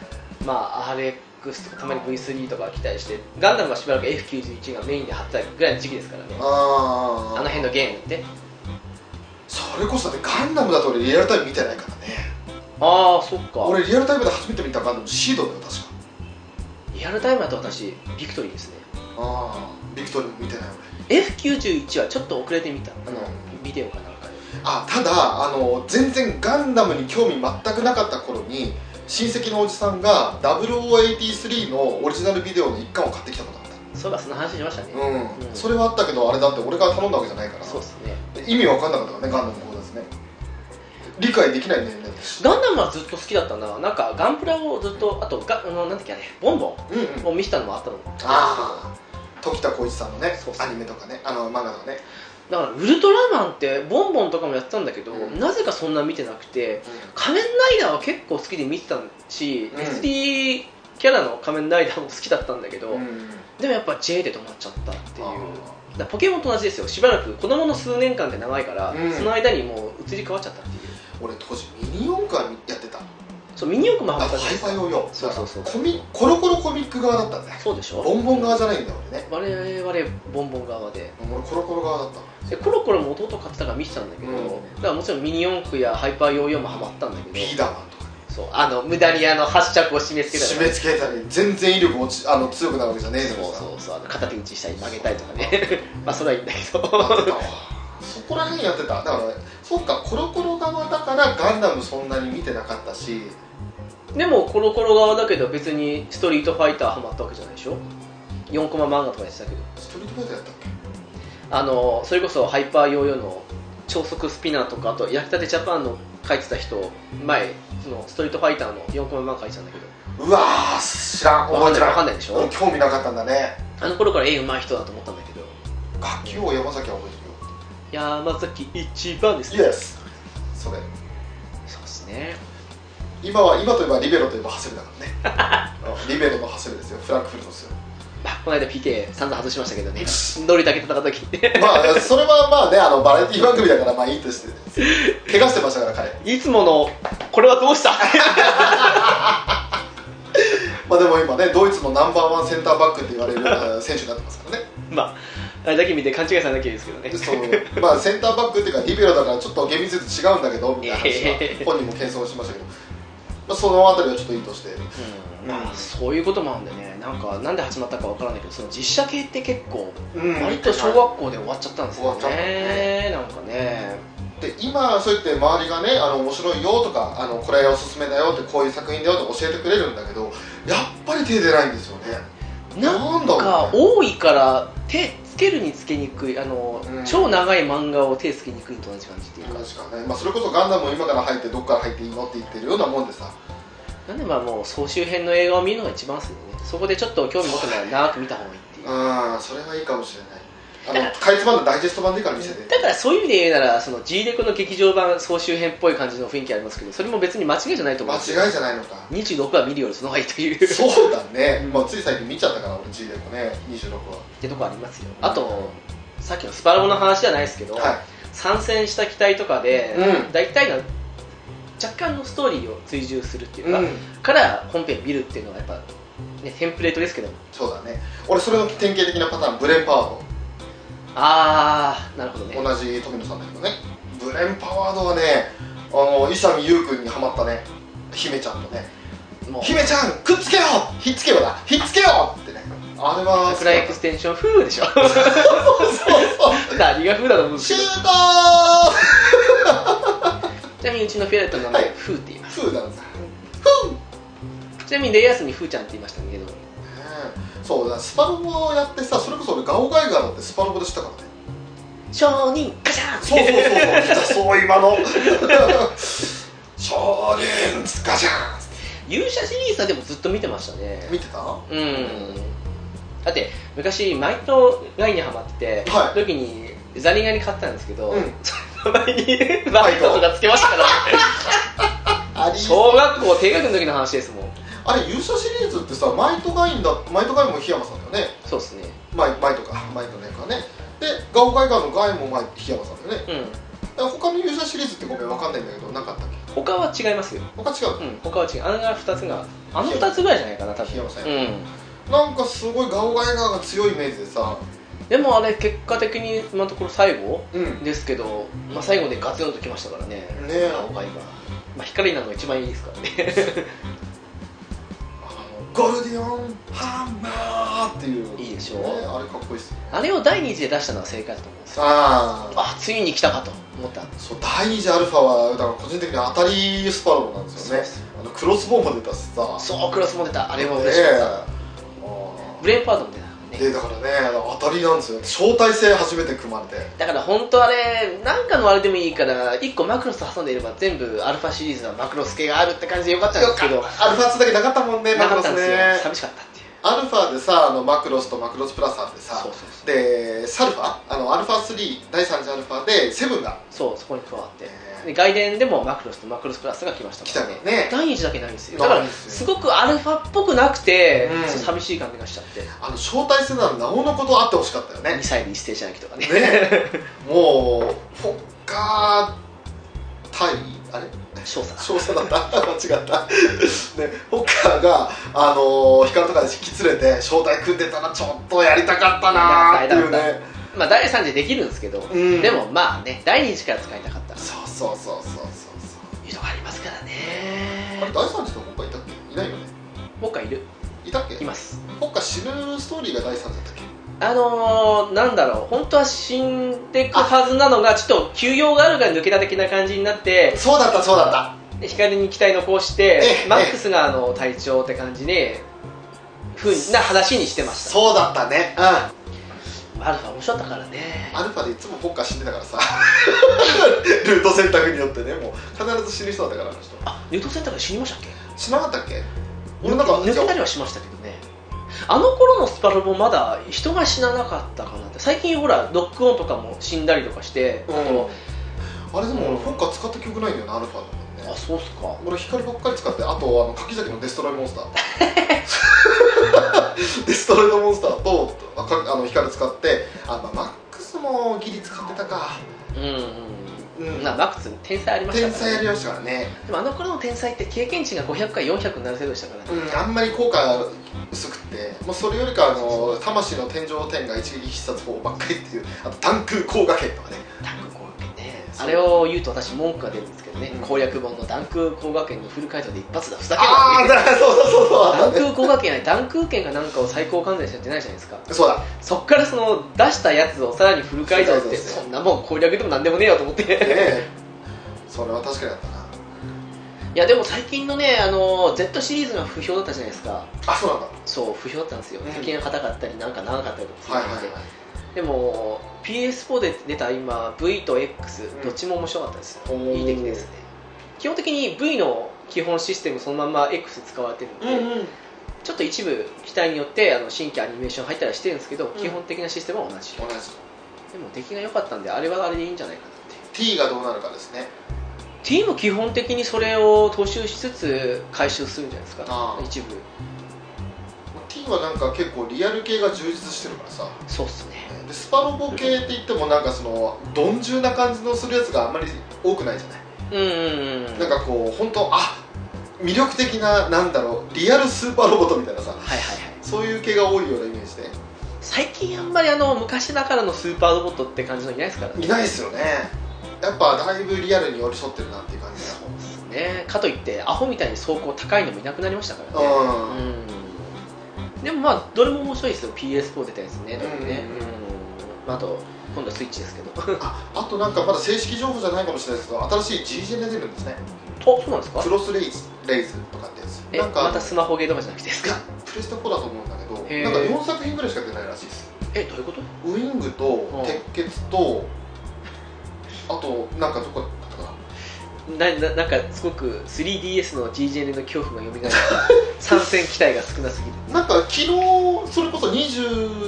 Speaker 1: まあ、RX とかたまに V3 とか来たりしてガンダムはしばらく F91 がメインで働くぐらいの時期ですからね
Speaker 2: あ
Speaker 1: あの
Speaker 2: ああ
Speaker 1: 辺のゲームって
Speaker 2: それこそだってガンダムだと俺リアルタイム見てないからね
Speaker 1: ああそっか
Speaker 2: 俺リアルタイムで初めて見たガンダムシードだよ確か
Speaker 1: リアルタイムだと私ビクトリーですね
Speaker 2: ああビクトリーも見てない俺
Speaker 1: F91 はちょっと遅れてみたあの、
Speaker 2: う
Speaker 1: ビデオかなんかで
Speaker 2: あただあの全然ガンダムに興味全くなかった頃に親戚のおじさんが0083のオリジナルビデオの一巻を買ってきたことあった
Speaker 1: そうかその話しましたね、
Speaker 2: うん、
Speaker 1: うん
Speaker 2: それはあったけどあれだって俺が頼んだわけじゃないから
Speaker 1: そうですね
Speaker 2: 意味わかんなかったからねガンダムのことですね理解できない年齢だし
Speaker 1: ガンダムはずっと好きだったななんかガンプラをずっとあとガあのなんだっけあれボンボ
Speaker 2: うんうん
Speaker 1: ンを見せたのもあったの
Speaker 2: ああ時田光一さんのね
Speaker 1: そうそう
Speaker 2: アニメとかねあの漫画とかね、
Speaker 1: だからウルトラマンってボンボンとかもやってたんだけど、
Speaker 2: うん
Speaker 1: なぜかそんな見てなくて仮面ライダーは結構好きで見てたし、
Speaker 2: うん
Speaker 1: SD キャラの仮面ライダーも好きだったんだけど、
Speaker 2: うんうん、
Speaker 1: でもやっぱ J で止まっちゃったっていう
Speaker 2: あ
Speaker 1: だからポケモンと同じですよしばらく子供の数年間で長いから、
Speaker 2: うん
Speaker 1: その間にもう移り変わっちゃったっていう
Speaker 2: ー俺当時ミニ四駆はやってた
Speaker 1: そうミニ四駆も
Speaker 2: あ
Speaker 1: ハマっ
Speaker 2: ハ
Speaker 1: たじ
Speaker 2: イ
Speaker 1: ゃないです
Speaker 2: ファ
Speaker 1: か
Speaker 2: イ用よ
Speaker 1: そうそうそう
Speaker 2: コミコロコロコミック側だったんだよ
Speaker 1: そうでしょ
Speaker 2: ボンボン側じゃないんだよ俺ね
Speaker 1: 我々ボンボン側で
Speaker 2: 俺コロコロ側だった
Speaker 1: でコロコロも弟買ってたから見てたんだけど、
Speaker 2: うん
Speaker 1: だからもちろんミニ四駆やハイパーヨーヨーもハマったんだけど
Speaker 2: ビーダーマンとか
Speaker 1: そうあの無駄にあの発着を締め付けたり
Speaker 2: 締め付けたり全然威力落ちあの強くなるわけじゃねえ
Speaker 1: そう
Speaker 2: と
Speaker 1: そうそうあの片手打ちしたり曲げたりとかね まあそれはいいんだけど
Speaker 2: かさやってたわそこら辺やってただからそっかコロコロ側だからガンダムそんなに見てなかったし
Speaker 1: でもコロコロ側だけど別にストリートファイターハマったわけじゃないでしょ4コマ漫画とかやってたけど
Speaker 2: ストリートファイターやったっ
Speaker 1: あのそれこそハイパーヨーヨーの超速スピナーとかあと焼きたてジャパンの書いてた人前そのストリートファイターの4コマ漫画書いてたんだけど
Speaker 2: けうわー知らん
Speaker 1: わかん
Speaker 2: 覚え
Speaker 1: な
Speaker 2: て
Speaker 1: いわかん
Speaker 2: な
Speaker 1: ないでし
Speaker 2: いう
Speaker 1: ょ
Speaker 2: ん興味なかったんだね
Speaker 1: あの頃から絵うまい人だと思ったんだけど
Speaker 2: 楽器を山崎は覚え
Speaker 1: 山崎一番です
Speaker 2: てるよイ
Speaker 1: ね
Speaker 2: エスそれ
Speaker 1: そうですね
Speaker 2: 今は今といえばリベロといえばハセルだからねうんリベロのハセルですよフランクフルトですよ
Speaker 1: まあ、この間 PK 散々外しましたけどねノリだけ戦った時って
Speaker 2: まあそれはまあねあのバラエティ番組だからまあいいとして怪我してましたから彼
Speaker 1: いつものこれはどうした
Speaker 2: まあでも今ねドイツのナンバーワンセンターバックって言われるような選手になってますからね
Speaker 1: まああれだけ見て勘違いされなきゃいいですけどね
Speaker 2: そうまあセンターバックっていうかリベロだからちょっと厳密に言うと違うんだけどみたいな話は本人も謙遜しましたけど、まあ、その辺りはちょっといいとして
Speaker 1: うんまあそういうこともあるんでねなんかなんで始まったかわからないけどその実写系って結構
Speaker 2: うん
Speaker 1: 割と小学校で終わっちゃったんですよ
Speaker 2: 終わっちゃった
Speaker 1: ねなんかね
Speaker 2: で今そうやって周りがねあの面白いよとかあのこれおすすめだよってこういう作品だよって教えてくれるんだけどやっぱり手出ないんですよね
Speaker 1: なん
Speaker 2: だ
Speaker 1: か
Speaker 2: ろうね
Speaker 1: 多いから手つけるにつけにくいあの、
Speaker 2: うん
Speaker 1: 超長い漫画を手つけにくいと同じ感じっていうか、
Speaker 2: 確かね、まあ、それこそガンダムも今から入ってどっから入っていいのって言ってるようなもんでさ
Speaker 1: なんでまあもう総集編の映画を見るのが一番ですよねそこでちょっと興味持ったなら長く見た方がいいっていう
Speaker 2: うんそれはいいかもしれないあのかいつまんでダイジェスト版でいいから見せて
Speaker 1: だからそういう意味で言うならその G レコの劇場版総集編っぽい感じの雰囲気ありますけどそれも別に間違いじゃないと思
Speaker 2: 間
Speaker 1: うんですよ
Speaker 2: 違いじゃないのか
Speaker 1: 26は見るよりその方がいいという
Speaker 2: そうだね、
Speaker 1: うん
Speaker 2: まあ、つい最近見ちゃったから俺 G でもね26は
Speaker 1: ってとこありますよあとさっきのスパロボの話じゃないですけど、
Speaker 2: は
Speaker 1: 参戦した機体とかで、
Speaker 2: うん
Speaker 1: 大体の若干のストーリーを追従するって
Speaker 2: い、
Speaker 1: いうか、から本編見るっていうのがやっぱ、ね、テンプレートですけど
Speaker 2: そうだね俺それの典型的なパターンブレンパワード
Speaker 1: ああなるほどね
Speaker 2: 同じ富野さんだけどねブレンパワードはねあの勇美優君にハマったね姫ちゃんとね
Speaker 1: もう
Speaker 2: 姫ちゃんくっつけよひっつけよだひっつけよってねあれは
Speaker 1: 桜 エクステンション風でしょ
Speaker 2: そうそうそう
Speaker 1: 何が風だと思うんです
Speaker 2: シュ
Speaker 1: けど
Speaker 2: ート
Speaker 1: ちなみにうちのフィアレットの名前
Speaker 2: はい
Speaker 1: 風って言います
Speaker 2: ーフーなんさ
Speaker 1: ちなみにレイアースに風ちゃんって言いましたけど
Speaker 2: そうだスパロボをやってさそれこそ俺ガオガイガーだってスパロボでしたからね
Speaker 1: 商人ガシャン
Speaker 2: そうそうそうそうそう今の 少年ガシャン
Speaker 1: 勇者シリーズはでもずっと見てましたね
Speaker 2: 見てたは
Speaker 1: うんだって昔マイトガイにハマってて、
Speaker 2: はい
Speaker 1: 時にザリガニ買ったんですけど、
Speaker 2: うん
Speaker 1: その前にバイトとかつけましたから
Speaker 2: あり
Speaker 1: 小学校低学年の時の話ですもん
Speaker 2: あれ優勝シリーズってさマイトガインだマイトガインも檜山さんだよね
Speaker 1: そうですね
Speaker 2: マイマイトかマイトの役はねでガオガイガーのガインもマイ檜山さんだよね
Speaker 1: うん
Speaker 2: だから他の優勝シリーズってごめんわかんないんだけどなかったっけ
Speaker 1: 他は違いますよ
Speaker 2: 他違う
Speaker 1: うん他は違うあの2つがあの2つぐらいじゃないかな多分
Speaker 2: 檜山さん
Speaker 1: う
Speaker 2: や
Speaker 1: ん
Speaker 2: なんかすごいガオガイガーが強いイメージでさ
Speaker 1: でもあれ結果的に今のところ最後
Speaker 2: うんね
Speaker 1: ですけど、まあ、最後でガツンときましたからね
Speaker 2: え
Speaker 1: 青が今、まあ、光なのが一番いいですからね
Speaker 2: ゴルディオンハンマーっていう
Speaker 1: いいでしょう
Speaker 2: ねあれかっこいいっすね
Speaker 1: あれを第2次で出したのは正解だと思うんですよ
Speaker 2: ああ
Speaker 1: あついに来たかと思った
Speaker 2: そう第2次アルファはだから個人的に当たりスパロボなんですよね
Speaker 1: そう
Speaker 2: あのクロスボウまで出すさ
Speaker 1: そうクロスも出たあれも
Speaker 2: ね
Speaker 1: 嬉しかった、
Speaker 2: えあ
Speaker 1: ブレインパードも出たか
Speaker 2: ー
Speaker 1: ら
Speaker 2: で
Speaker 1: ね
Speaker 2: だからねあの当たりなんですよ招待制初めて組まれて
Speaker 1: だから本当あれなんかのあれでもいいから1個マクロス挟んでいれば全部アルファシリーズのマクロス系があるって感じでよかったんですけど
Speaker 2: アルファ2だけなかったもんね
Speaker 1: な
Speaker 2: マク
Speaker 1: かった
Speaker 2: ロス
Speaker 1: んですよ
Speaker 2: ね
Speaker 1: 寂しかったっていう
Speaker 2: アルファでさあのマクロスとマクロスプラスあって
Speaker 1: そう
Speaker 2: さ
Speaker 1: そうそう
Speaker 2: でサルファあのアルファ3第3次アルファでセブンが
Speaker 1: そうそこに加わって
Speaker 2: ね
Speaker 1: で外伝でもマクロスとマクロスプラスが来ました
Speaker 2: 来
Speaker 1: か
Speaker 2: た
Speaker 1: ら
Speaker 2: ね
Speaker 1: ね第2次だけないんですよだ
Speaker 2: ない
Speaker 1: から
Speaker 2: んです
Speaker 1: す
Speaker 2: よ
Speaker 1: ごくアルファっぽくなくて、
Speaker 2: うん
Speaker 1: ちょっと寂しい感じがしちゃって
Speaker 2: あの招待制ならなおのことあってほしかったよね
Speaker 1: 2歳で一斉じゃなきとかね
Speaker 2: ねもうフォッカー対あれ
Speaker 1: 少佐
Speaker 2: 少佐だった間違ったねフォッカーがあのー、光とかで引き連れて招待組んでたらちょっとやりたかったなーっていう
Speaker 1: や
Speaker 2: ね
Speaker 1: まあ第3次できるんですけど、
Speaker 2: うん
Speaker 1: でもまあね第2次から使いたかった
Speaker 2: そうそうそうそうそうそう
Speaker 1: いうのがありますから
Speaker 2: あれ
Speaker 1: ね
Speaker 2: 第三次とフォッカーいたっけいないよね
Speaker 1: 僕はいる
Speaker 2: いたっけ
Speaker 1: います
Speaker 2: フォッカー死ぬストーリーが第三次だったっけ
Speaker 1: あのー、なんだろう本当は死んでくはずなのがちょっと休養があるから抜けた的な感じになって
Speaker 2: そうだったそうだった
Speaker 1: で光に機体残し
Speaker 2: え
Speaker 1: て
Speaker 2: え
Speaker 1: マックスがあの隊長って感じでふうな話にしてました
Speaker 2: そうだったねう
Speaker 1: アルファ面白かったからね
Speaker 2: んアルファでいつもフォッカー死んでたからさ ルート選択によってねもう必ず死ぬ人だったからあの人
Speaker 1: あルートセンターが死にましたっけ
Speaker 2: しなかったっけ俺なんか
Speaker 1: 抜け
Speaker 2: じゃあ
Speaker 1: たりはしましたけどねあの頃のスパロボまだ人が死ななかったかなって最近ほらロックオンとかも死んだりとかして、
Speaker 2: うん
Speaker 1: あと
Speaker 2: あれでも
Speaker 1: う
Speaker 2: 俺
Speaker 1: ん
Speaker 2: フォッカー使った記憶ないんだよなアルファの
Speaker 1: あ
Speaker 2: ね
Speaker 1: そうっすか
Speaker 2: 俺光ばっかり使ってあとあの柿崎のデストロイモンス ターデストロイドモンスターとあかあの光使ってあ、まあ、マックスもギリ使ってたか
Speaker 1: うんう
Speaker 2: う
Speaker 1: ん
Speaker 2: ん
Speaker 1: なマックス天才ありました
Speaker 2: 天
Speaker 1: から、
Speaker 2: 才やりましたからね
Speaker 1: でもあの頃の天才って経験値が500から400になる程度でしたからね、
Speaker 2: うん、あんまり効果が薄くって、もうそれよりかあの魂の天井天が一撃必殺法ばっかりっていうあと単空効果剣とかね
Speaker 1: ダンク工学園ねあれを言うと私文句が出るんですけどね、
Speaker 2: うん
Speaker 1: 攻略本のダンク工学園のフル回答で一発だふざけん
Speaker 2: ああ
Speaker 1: な
Speaker 2: だからそうそうそうそう
Speaker 1: ダンク工学園はダンク剣がなんかを最高完全にしちゃってないじゃないですか
Speaker 2: そうだ
Speaker 1: そっからその出したやつをさらにフル回答っ
Speaker 2: フル
Speaker 1: て
Speaker 2: 回答です
Speaker 1: そんなもん攻略でもなんでもねえよと思って
Speaker 2: ねえそれは確かにあったない
Speaker 1: やでも最近のねあの Z シリーズが不評だったじゃないですか
Speaker 2: あそうなんだ
Speaker 1: そう不評だったんですよ
Speaker 2: うん
Speaker 1: 敵が硬かったりなんか長かったりとかする
Speaker 2: はいはい
Speaker 1: んで
Speaker 2: はい
Speaker 1: でも PS4 で出た今 V と X どっちも面白かったですよ、
Speaker 2: うん
Speaker 1: いい出来ですね基本的に V の基本システムそのまんま X 使われてるんで、
Speaker 2: うん
Speaker 1: ちょっと一部機体によってあの新規アニメーション入ったりはしてるんですけど、
Speaker 2: ん
Speaker 1: 基本的なシステムは同じ
Speaker 2: 同じ
Speaker 1: でも出来が良かったんであれはあれでいいんじゃないかなって
Speaker 2: T がどうなるかですね
Speaker 1: T も基本的にそれを踏襲しつつ回収するんじゃないです
Speaker 2: あ
Speaker 1: か
Speaker 2: あ
Speaker 1: 一部
Speaker 2: T はなんか結構リアル系が充実してるからさ
Speaker 1: そうっすね
Speaker 2: でスパロボ系って言ってもなんかその鈍重な感じのするやつがあんまり多くないじゃない
Speaker 1: うんうんうん
Speaker 2: なんかこう本当あ魅力的ななんだろうリアルスーパーロボットみたいなさ
Speaker 1: はいはいはい
Speaker 2: そういう系が多いようなイメージで
Speaker 1: 最近あんまりあの昔ながらのスーパーロボットって感じのいないですからね
Speaker 2: いないですよねやっぱだいぶリアルに寄り添ってるなっていう感じが
Speaker 1: そうですねかといってアホみたいに走行高いのもいなくなりましたからね
Speaker 2: うん、
Speaker 1: うんでもまあどれも面白いですよ PS4 出たやつね
Speaker 2: うん
Speaker 1: ねうんまああと今度はスイッチですけ どあ
Speaker 2: ああとなんかまだ正式情報じゃないかもしれないですけど新しい G ジェネ出るんですね
Speaker 1: そうなんですか
Speaker 2: クロスレイズレイズとかってやつ
Speaker 1: え
Speaker 2: なんか
Speaker 1: またスマホゲーとかじゃなくてです
Speaker 2: いや
Speaker 1: か
Speaker 2: プレステ4だと思うんだけど
Speaker 1: へー
Speaker 2: なんか4作品ぐらいしか出ないらしいです
Speaker 1: えどういうこと
Speaker 2: ウィングと鉄血とあとなんかどこだったかな
Speaker 1: なななんかすごく 3DS の GJN の恐怖が蘇 みが参戦機体が少なすぎる
Speaker 2: なんか昨日それこそ21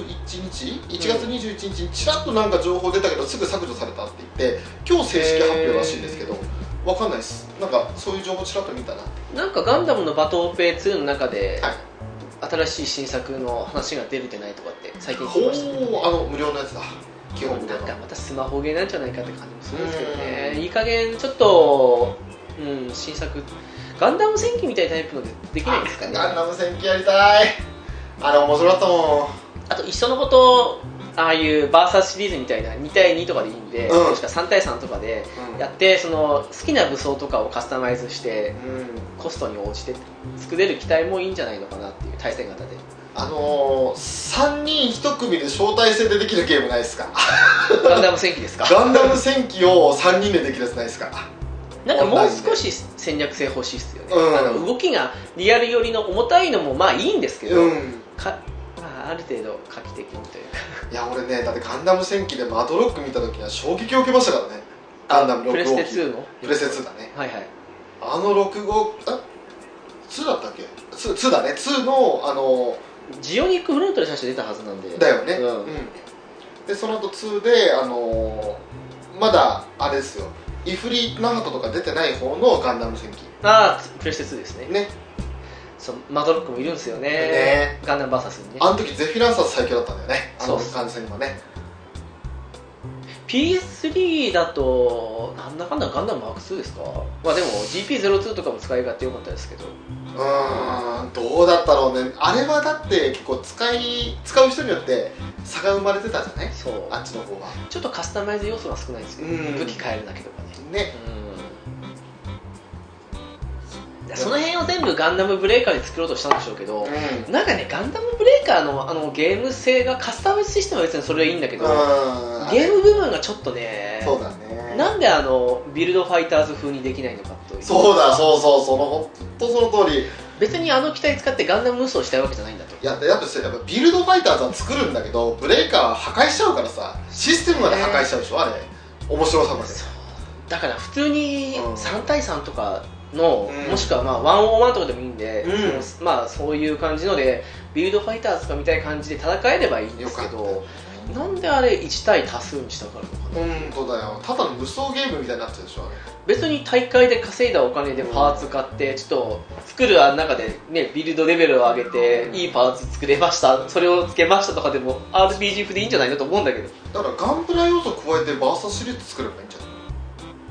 Speaker 2: 日1月21日にちらっとなんか情報出たけどすぐ削除されたって言って今日正式発表らしいんですけどわかんないですなんかそういう情報ちらっと見たな
Speaker 1: なんかガンダムのバトオペ2の中で、
Speaker 2: はい
Speaker 1: 新しい新作の話が出る出ないとかって最近
Speaker 2: ほ
Speaker 1: 聞きましたけど、
Speaker 2: うあの無料のやつだ基本無料
Speaker 1: なん
Speaker 2: の
Speaker 1: かまたスマホゲーなんじゃないかって感じもするんですけどね
Speaker 2: うん
Speaker 1: いい加減ちょっと、うん、新作ガンダム戦記みたいなタイプのでできないですかね
Speaker 2: ガン
Speaker 1: あ
Speaker 2: ダム戦記やりたいあれ面白かったもん
Speaker 1: と一緒のことああいうバーサスシリーズみたいな2対2とかでいいんで、
Speaker 2: うん
Speaker 1: もしくは3対3とかでやってその好きな武装とかをカスタマイズして
Speaker 2: うん
Speaker 1: コストに応じて作れる機体もいいんじゃないのかなっていう対戦型で
Speaker 2: あのー、3人1組で招待制でできるゲームないで すか
Speaker 1: ガンダム戦記ですか
Speaker 2: ガンダム戦記を3人でできるやつないですか
Speaker 1: なんかもう少し戦略性欲しいっすよね、
Speaker 2: うん
Speaker 1: あの動きがリアル寄りの重たいのもまあいいんですけど、
Speaker 2: うん
Speaker 1: かまあ、ある程度画期的にというか
Speaker 2: いや俺ねだってガンダム戦記でマドロック見た時には衝撃を受けましたからねガンダム
Speaker 1: プレ
Speaker 2: 6
Speaker 1: ス
Speaker 2: 号
Speaker 1: テ
Speaker 2: 機
Speaker 1: 2の
Speaker 2: プレステ2だね
Speaker 1: はいはい
Speaker 2: あの6号あ2だったっけ 2, 2だね2のあの
Speaker 1: ジオニックフロントで最初出たはずなんで
Speaker 2: だよね
Speaker 1: うん
Speaker 2: うんでその後2であのまだあれですよイフリナハトとか出てない方のガンダム戦記
Speaker 1: ああプレステ2ですね
Speaker 2: ね
Speaker 1: そうマドロックもいるんですよね
Speaker 2: ね
Speaker 1: ガンダム VS にね
Speaker 2: あの時ゼフィランサス最強だったんだよねあの
Speaker 1: そう
Speaker 2: 感染はね
Speaker 1: PS3 だとなんだかんだガンダム Mark2 ですかまあでも GP02 とかも使い勝手良かったですけど
Speaker 2: うーんどうだったろうねあれはだって結構使い使う人によって差が生まれてたじゃない
Speaker 1: そう
Speaker 2: あっちの方は
Speaker 1: ちょっとカスタマイズ要素が少ないんですよ、
Speaker 2: うん
Speaker 1: 武器変えるだけとかね
Speaker 2: ね
Speaker 1: うんその辺を全部ガンダムブレーカーで作ろうとしたんでしょうけど、
Speaker 2: う
Speaker 1: なんかね、ガンダムブレーカーのあのゲーム性がカスタムシステムは別にそれはいいんだけど、
Speaker 2: ん
Speaker 1: ゲーム部分がちょっとね、
Speaker 2: そうだね
Speaker 1: なんであのビルドファイターズ風にできないのかという
Speaker 2: そうだそうそうそのほんとその通り
Speaker 1: 別にあの機体使ってガンダム無双したいわけじゃないんだと。
Speaker 2: やだとしてやっぱビルドファイターズは作るんだけどブレーカーは破壊しちゃうからさシステムまで破壊しちゃうでしょあれ面白さまで
Speaker 1: だから普通に
Speaker 2: うん
Speaker 1: 3対3とかの、
Speaker 2: うん
Speaker 1: もしくはまあ101とかでもいいんで、
Speaker 2: うん
Speaker 1: そのまあそういう感じのでビルドファイターズとかみたいな感じで戦えればいいんですけ
Speaker 2: よか
Speaker 1: どなんであれ1対多数にしたからのかな
Speaker 2: 本当だよただの無双ゲームみたいになっちゃうでしょあれ
Speaker 1: 別に大会で稼いだお金でパーツ買って、ちょっと作る中で、ね、ビルドレベルを上げて、いいパーツ作れましたそれをつけましたとかでも RPG 風でいいんじゃないのと思うんだけど
Speaker 2: だからガンプラ要素加えてバーサシリーズ作ればいいんじゃない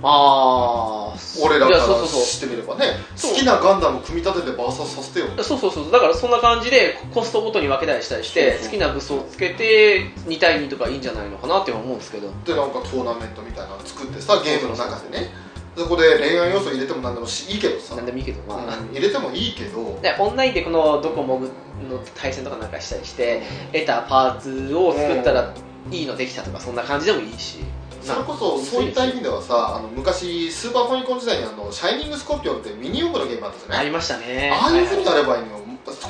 Speaker 1: ああ
Speaker 2: 俺ら
Speaker 1: い
Speaker 2: か
Speaker 1: や
Speaker 2: ら
Speaker 1: そうそうそう
Speaker 2: してみればね
Speaker 1: そう
Speaker 2: 好きなガンダム組み立ててバーサスさせてよ
Speaker 1: そうそうそうだからそんな感じでコストごとに分けたりしたりして
Speaker 2: そうそう
Speaker 1: 好きな武装をつけて2対2とかいいんじゃないのかなって思うんですけど
Speaker 2: でなんかトーナメントみたいなの作ってさゲームの中でねそこで恋愛要素入れても何でもしいいけどさ、
Speaker 1: なんでもいいけどまあ、
Speaker 2: うん入れてもいいけど
Speaker 1: でオンラインでこのドコモの対戦とかなんかしたりして得たパーツを作ったらいいのできたとかそんな感じでもいいし
Speaker 2: それこそそういった意味ではさあの昔スーパーファミコン時代にあの「シャイニングスコーピオン」ってミニ四駆のゲームあったじゃ
Speaker 1: あ
Speaker 2: ない
Speaker 1: りましたね
Speaker 2: ああいうふうに
Speaker 1: は
Speaker 2: ないればいいのよ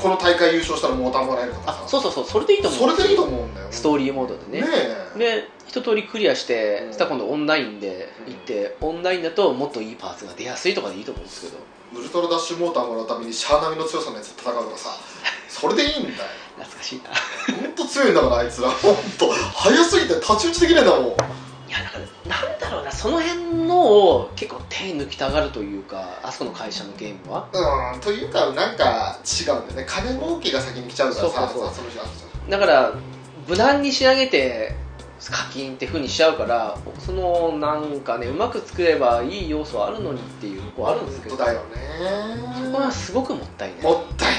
Speaker 2: この大会優勝したらモーターもらえるとか
Speaker 1: あ
Speaker 2: さ
Speaker 1: そうそうそうそれでいいと思う
Speaker 2: それでいいと思うんだよ
Speaker 1: ストーリーモードでね
Speaker 2: ねえ
Speaker 1: で一通りクリアして、
Speaker 2: うん
Speaker 1: そしたら今度オンラインで行って、オンラインだともっといいパーツが出やすいとかでいいと思うんですけど
Speaker 2: ウルトラダッシュモーターもらうためにシャア並みの強さのやつと戦うとかさそれでいいんだよ
Speaker 1: 懐かしいな
Speaker 2: 本当強いんだからあいつら本当早すぎて太刀打ちできねえんだもん
Speaker 1: いやだからなんだろうなその辺のを結構手抜きたがるというかあそこの会社のゲームは
Speaker 2: うんというかなんか違うんだよね金儲けが先に来ちゃうから
Speaker 1: そ
Speaker 2: さ
Speaker 1: うそう
Speaker 2: その日は
Speaker 1: だから無難に仕上げて課金って風にしちゃうからそのなんかねうまく作ればいい要素あるのにっていうとこあるんですけど
Speaker 2: 本
Speaker 1: そ
Speaker 2: 当だよ
Speaker 1: こは
Speaker 2: ね
Speaker 1: すごくもったいない
Speaker 2: もったい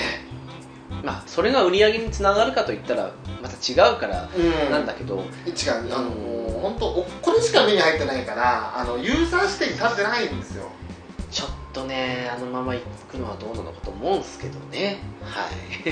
Speaker 1: まあそれが売り上げにつながるかといったらまた違うから
Speaker 2: ない
Speaker 1: なんだけど、
Speaker 2: 違うあのもう本当おこれしか目に入ってないからあのユーザー視点に立ってないんですよ
Speaker 1: ちょっとねあのまま行くのはどうなのかと思うんですけどねはい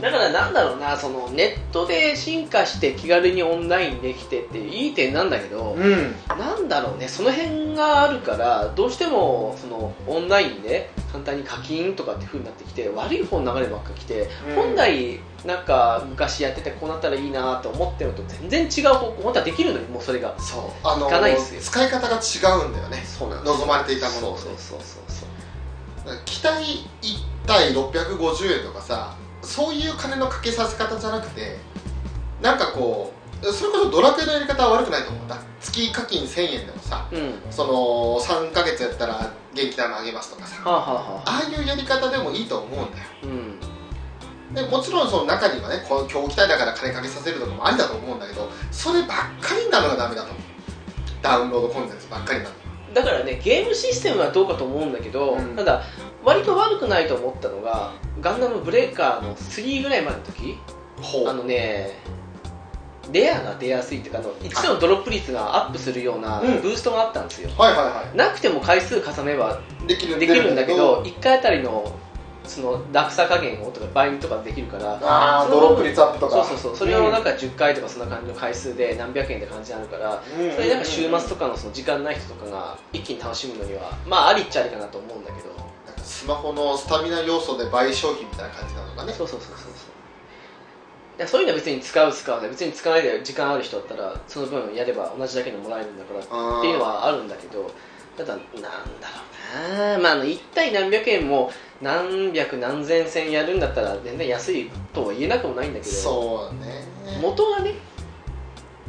Speaker 1: だからなんだろうなそのネットで進化して気軽にオンラインできてっていい点なんだけど、
Speaker 2: ん
Speaker 1: なんだろうねその辺があるからどうしてもそのオンラインで簡単に課金とかって風になってきて悪い方の流ればっか来て、本来なんか昔やっててこうなったらいいなと思ってるのと全然違う方向本当はできるのにもうそれが
Speaker 2: そうあの
Speaker 1: いかないっすよ
Speaker 2: 使い方が違うんだよね
Speaker 1: そうなんです
Speaker 2: 望まれていたものをね
Speaker 1: そうそうそうそう
Speaker 2: 期待1対650円とかさそういう金のかけさせ方じゃなくてなんかこうそれこそドラクエのやり方は悪くないと思うんだ月課金1000円でもさ
Speaker 1: そううん
Speaker 2: その3ヶ月やったら元気玉あげますとかさ
Speaker 1: はあ、はあはあ、
Speaker 2: ああいうやり方でもいいと思うんだよ
Speaker 1: うん
Speaker 2: でもちろんその中にはねこの狂気体だから金かけさせるとかもありだと思うんだけどそればっかりになるのがダメだと思うダウンロードコンテンツばっかりになる
Speaker 1: だからねゲームシステムはどうかと思うんだけど、
Speaker 2: うん
Speaker 1: ただ割と悪くないと思ったのがガンダムブレーカーの3ぐらいまでの時
Speaker 2: ほ
Speaker 1: あのねレアが出やすいっていうかあの一度のドロップ率がアップするようなブ
Speaker 2: うん
Speaker 1: ーストがあったんですよ、
Speaker 2: はいはいは
Speaker 1: なくても回数重ねば
Speaker 2: いできる
Speaker 1: できるんだけど1回あたりのその落差加減をとか倍とかできるから
Speaker 2: ああ
Speaker 1: その
Speaker 2: ドロップ率アップと
Speaker 1: そ
Speaker 2: か
Speaker 1: うそうそうそれをなんか10回とかそんな感じの回数で何百円って感じになるからそれなんか週末とかのその時間ない人とかが一気に楽しむのにはまあありっちゃありかなと思うんだけど
Speaker 2: なんかスマホのスタミナ要素で倍消費みたいな感じなのかね
Speaker 1: そうそうそうそうそういやそういうのは別に使う使わない別に使わないで時間ある人だったらその分やれば同じだけのもらえるんだからっ
Speaker 2: あー
Speaker 1: ていうのはあるんだけどただなんだろうなまああの1対何百円も何百何千千やるんだったら全然安いとは言えなくもないんだけど
Speaker 2: そうね
Speaker 1: 元がね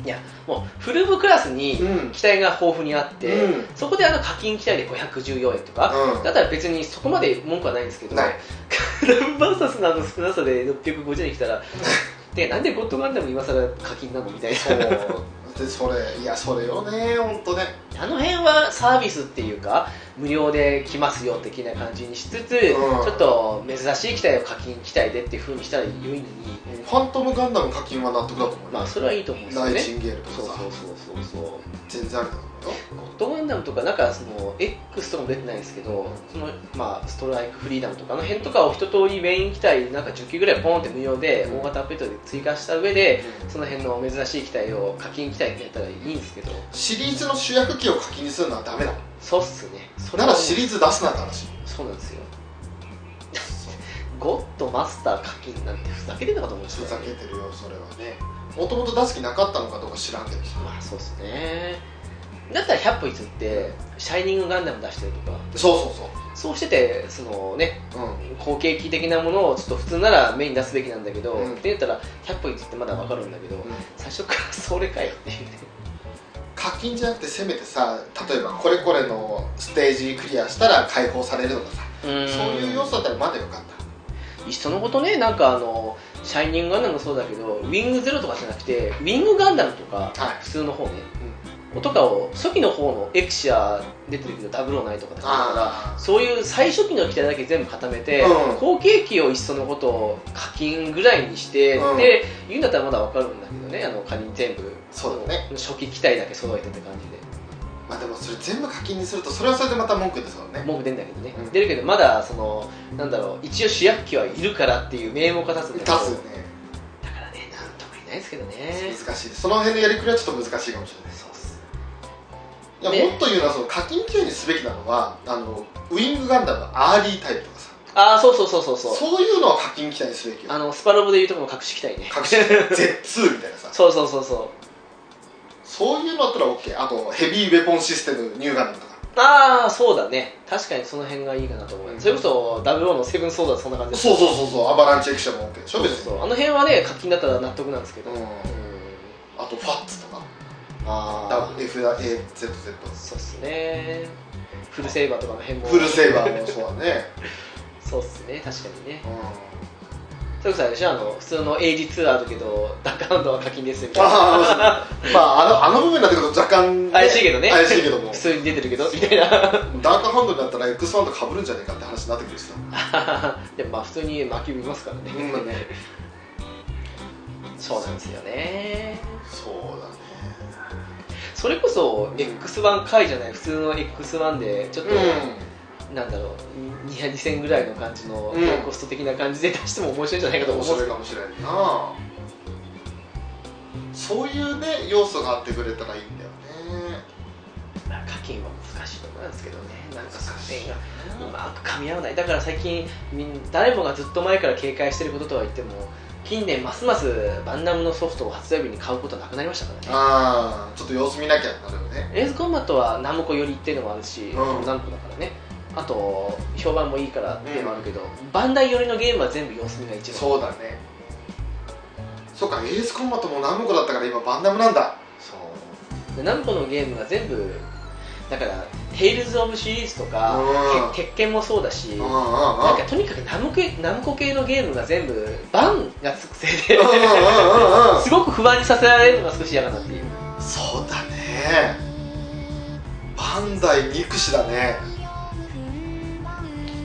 Speaker 1: いやもうフル部クラスに
Speaker 2: うん
Speaker 1: 機体が豊富にあって、
Speaker 2: うん
Speaker 1: そこであの課金機体で514円とか、
Speaker 2: うん
Speaker 1: だったら別にそこまで文句はないんですけど、
Speaker 2: ない
Speaker 1: ガンバーサスのあの少なさで650円来たら、 でなんでゴッドガンダム今更課金なのみたい
Speaker 2: そうでそれいやそれよね本当ね
Speaker 1: な、あの辺はサービスっていうか、無料で来ますよ的な感じにしつつ、
Speaker 2: うん
Speaker 1: ちょっと珍しい機体を課金機体でっていう風にしたらいいのに、
Speaker 2: ファントムガンダム課金は納得だと思うよ、
Speaker 1: まあそれはいいと思うんですよ
Speaker 2: ナイ
Speaker 1: ね。
Speaker 2: チンゲールとか
Speaker 1: そう
Speaker 2: さ
Speaker 1: そうそうそうそう。
Speaker 2: 全然あると思うよ
Speaker 1: ゴッドガンダムとか、なんかその X とかも出てないですけど、そのまあ、ストライクフリーダムとか、あの辺とかを一通りメイン機体、なんか10機ぐらいポンって無料で、
Speaker 2: うん
Speaker 1: 大型アップデートで追加した上で、その辺の珍しい機体を課金機体ってやったらいいんですけど、
Speaker 2: シリーズの主役機を課金するのはダメだ
Speaker 1: そうっすね、そ
Speaker 2: な
Speaker 1: は
Speaker 2: らシリーズ出すなって話
Speaker 1: そうなんですよ、ゴッドマスター課金なんてふざけてたかと思うんです
Speaker 2: ふ
Speaker 1: よ、
Speaker 2: ざけてるよそれはねもともと出す気なかったのかどうか知らんけどさ
Speaker 1: まあそうっすね、だったら100歩譲って「シャイニングガンダム」出してるとか
Speaker 2: そうそうそ
Speaker 1: そうしててそのね
Speaker 2: ううん
Speaker 1: 後継機的なものをちょっと普通なら目に出すべきなんだけど、
Speaker 2: うん
Speaker 1: って言ったら100歩譲ってまだ分かるんだけど、最初からそれかよっていうね
Speaker 2: 課金じゃなくてせめてさ例えばこれこれのステージクリアしたら解放されるとかさそういう要素だったらまだよかった
Speaker 1: いっそのことねなんかあの「シャイニングガンダム」もそうだけどウィングゼロとかじゃなくてウィングガンダムとか
Speaker 2: はい
Speaker 1: 普通の方ね、とかを初期の方のエクシア出てるけど009とかだか
Speaker 2: あ
Speaker 1: らそういう最初期の機体だけ全部固めて、
Speaker 2: うん
Speaker 1: 後継機をいっそのことを課金ぐらいにして、
Speaker 2: うん
Speaker 1: で言うんだったらまだわかるんだけどねあの仮に全部
Speaker 2: そうだね
Speaker 1: 初期機体だけ揃えてって感じで
Speaker 2: まあでもそれ全部課金にするとそれはそれでまた文句ですからね
Speaker 1: 文句出るんだけどね、
Speaker 2: うん
Speaker 1: 出るけどまだそのなんだろう一応主役機はいるからっていう名目が立つんだ
Speaker 2: 立
Speaker 1: け
Speaker 2: つ
Speaker 1: ど
Speaker 2: よね
Speaker 1: だからねなんとも言えないですけどね
Speaker 2: 難しいその辺のやりくりはちょっと難しいかもしれない
Speaker 1: そうっす
Speaker 2: いや、
Speaker 1: ね
Speaker 2: もっと言うのはその課金級にすべきなのはあのウィングガンダムのアーリータイプとかさ
Speaker 1: ああそうそうそうそう
Speaker 2: そ
Speaker 1: そうう
Speaker 2: いうのは課金機体にすべきよ
Speaker 1: あのスパロボでいうとこの隠し機体ね
Speaker 2: 隠し Z2 みたいなさ
Speaker 1: そうそうそうそう
Speaker 2: そういうのだったら OK あとヘビーウェポンシステムニューガンダムとか
Speaker 1: ああそうだね確かにその辺がいいかなと思う、
Speaker 2: うん
Speaker 1: それこそ WO のセブンソーダそんな感じです
Speaker 2: そうそうそうそうアバランチエクションも OK でしょ別に
Speaker 1: そうあの辺はね課金だったら納得なんですけど、
Speaker 2: う
Speaker 1: うん
Speaker 2: んあとファッツとか
Speaker 1: ああ
Speaker 2: FAZZ
Speaker 1: そうっすねフルセイバーとかの辺も
Speaker 2: フルセイバーもそうだね、
Speaker 1: そうっすね確かにね
Speaker 2: うん、
Speaker 1: それこそあれでしょあの普通の AG ツアーだけどダックハンドは課金ですみたいな
Speaker 2: あーまああのあの部分になってくると若干、
Speaker 1: 怪しいけどね
Speaker 2: 怪しいけども
Speaker 1: 普通に出てるけどみたいな
Speaker 2: ダークハンドになったら X1 とかぶるんじゃねえかって話になってくるしさ
Speaker 1: でもまあ普通に巻き見ますからね、
Speaker 2: うんね
Speaker 1: そうなんですよね
Speaker 2: そうだね
Speaker 1: それこそ X1 回じゃない普通の X1 でちょっと、
Speaker 2: う
Speaker 1: なんだろう2 0 0ぐらいの感じの
Speaker 2: うん
Speaker 1: コスト的な感じで出しても面白いんじゃないかと
Speaker 2: ん面
Speaker 1: 思うんで
Speaker 2: 白
Speaker 1: す
Speaker 2: いかもしれんなそういうね要素があってくれたらいいんだよね
Speaker 1: けど、まあ課金は難しいと思うんですけどねなんかその辺がう
Speaker 2: う
Speaker 1: まく噛み合わないだから最近みん誰もがずっと前から警戒してることとは言っても近年ますますバンダムのソフトを発売日に買うことはなくなりましたからね
Speaker 2: ああちょっと様子見なきゃってなるよね
Speaker 1: レースコンバットはナムコよりっていうのもあるし、
Speaker 2: うん
Speaker 1: ナムコだからねあと評判もいいからっていうのもあるけど、バンダイ寄りのゲームは全部様子見が一番
Speaker 2: そうだねそっかエースコンバットもナムコだったから今バンダムなんだそう
Speaker 1: でナムコのゲームが全部だから「テイルズ・オブ・シリーズ」とか
Speaker 2: うん
Speaker 1: 「鉄鉄拳」もそうだし
Speaker 2: うんうんう
Speaker 1: なんんかとにかくナムコナムコ系のゲームが全部バンがつくせいで
Speaker 2: うんうんうんう ん
Speaker 1: すごく不安にさせられるのが少し嫌かなっていう
Speaker 2: そうだねバンダイ憎しだね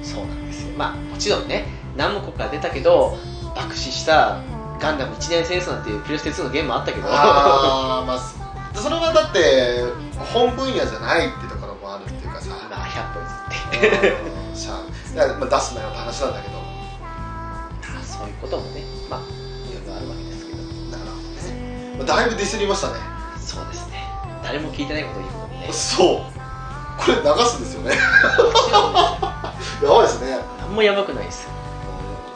Speaker 1: そうなんですよまあもちろんねナムコから出たけど爆死した「ガンダム一年戦争」なんていうプレステ2のゲームもあったけど
Speaker 2: ああまあそそれはだって本分野じゃないってところもあるっていうかさ
Speaker 1: まあ100歩譲って
Speaker 2: うんしゃあだからまあ出すなよって話なんだけど
Speaker 1: そういうこともねまあいろいろあるわけですけど
Speaker 2: なるほどねまあだいぶディスりましたね
Speaker 1: そうですね誰も聞いてないことを言うの もね
Speaker 2: そうこれ流すんですよね
Speaker 1: もちろん
Speaker 2: やばいですね
Speaker 1: 何もやばくないですよ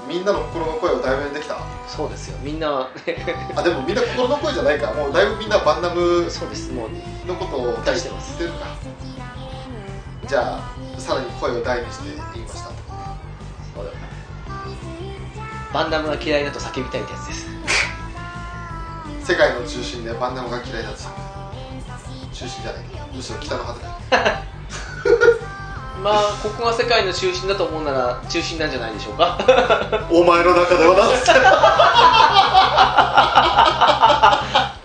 Speaker 2: みんなの心の声をだいぶできた
Speaker 1: そうですよみんな
Speaker 2: あでもみんな心の声じゃないかもうだいぶみんなバンダ ム
Speaker 1: そうですもう
Speaker 2: のことを
Speaker 1: 出してます
Speaker 2: てるかじゃあさらに声を大にして言いました
Speaker 1: バンダムが嫌いだと叫びたいってやつです
Speaker 2: 世界の中心でバンダムが嫌いだった中心じゃないむしろ北の果てだ
Speaker 1: まあここが世界の中心だと思うなら中心なんじゃないでしょうか
Speaker 2: お前の中ではなっ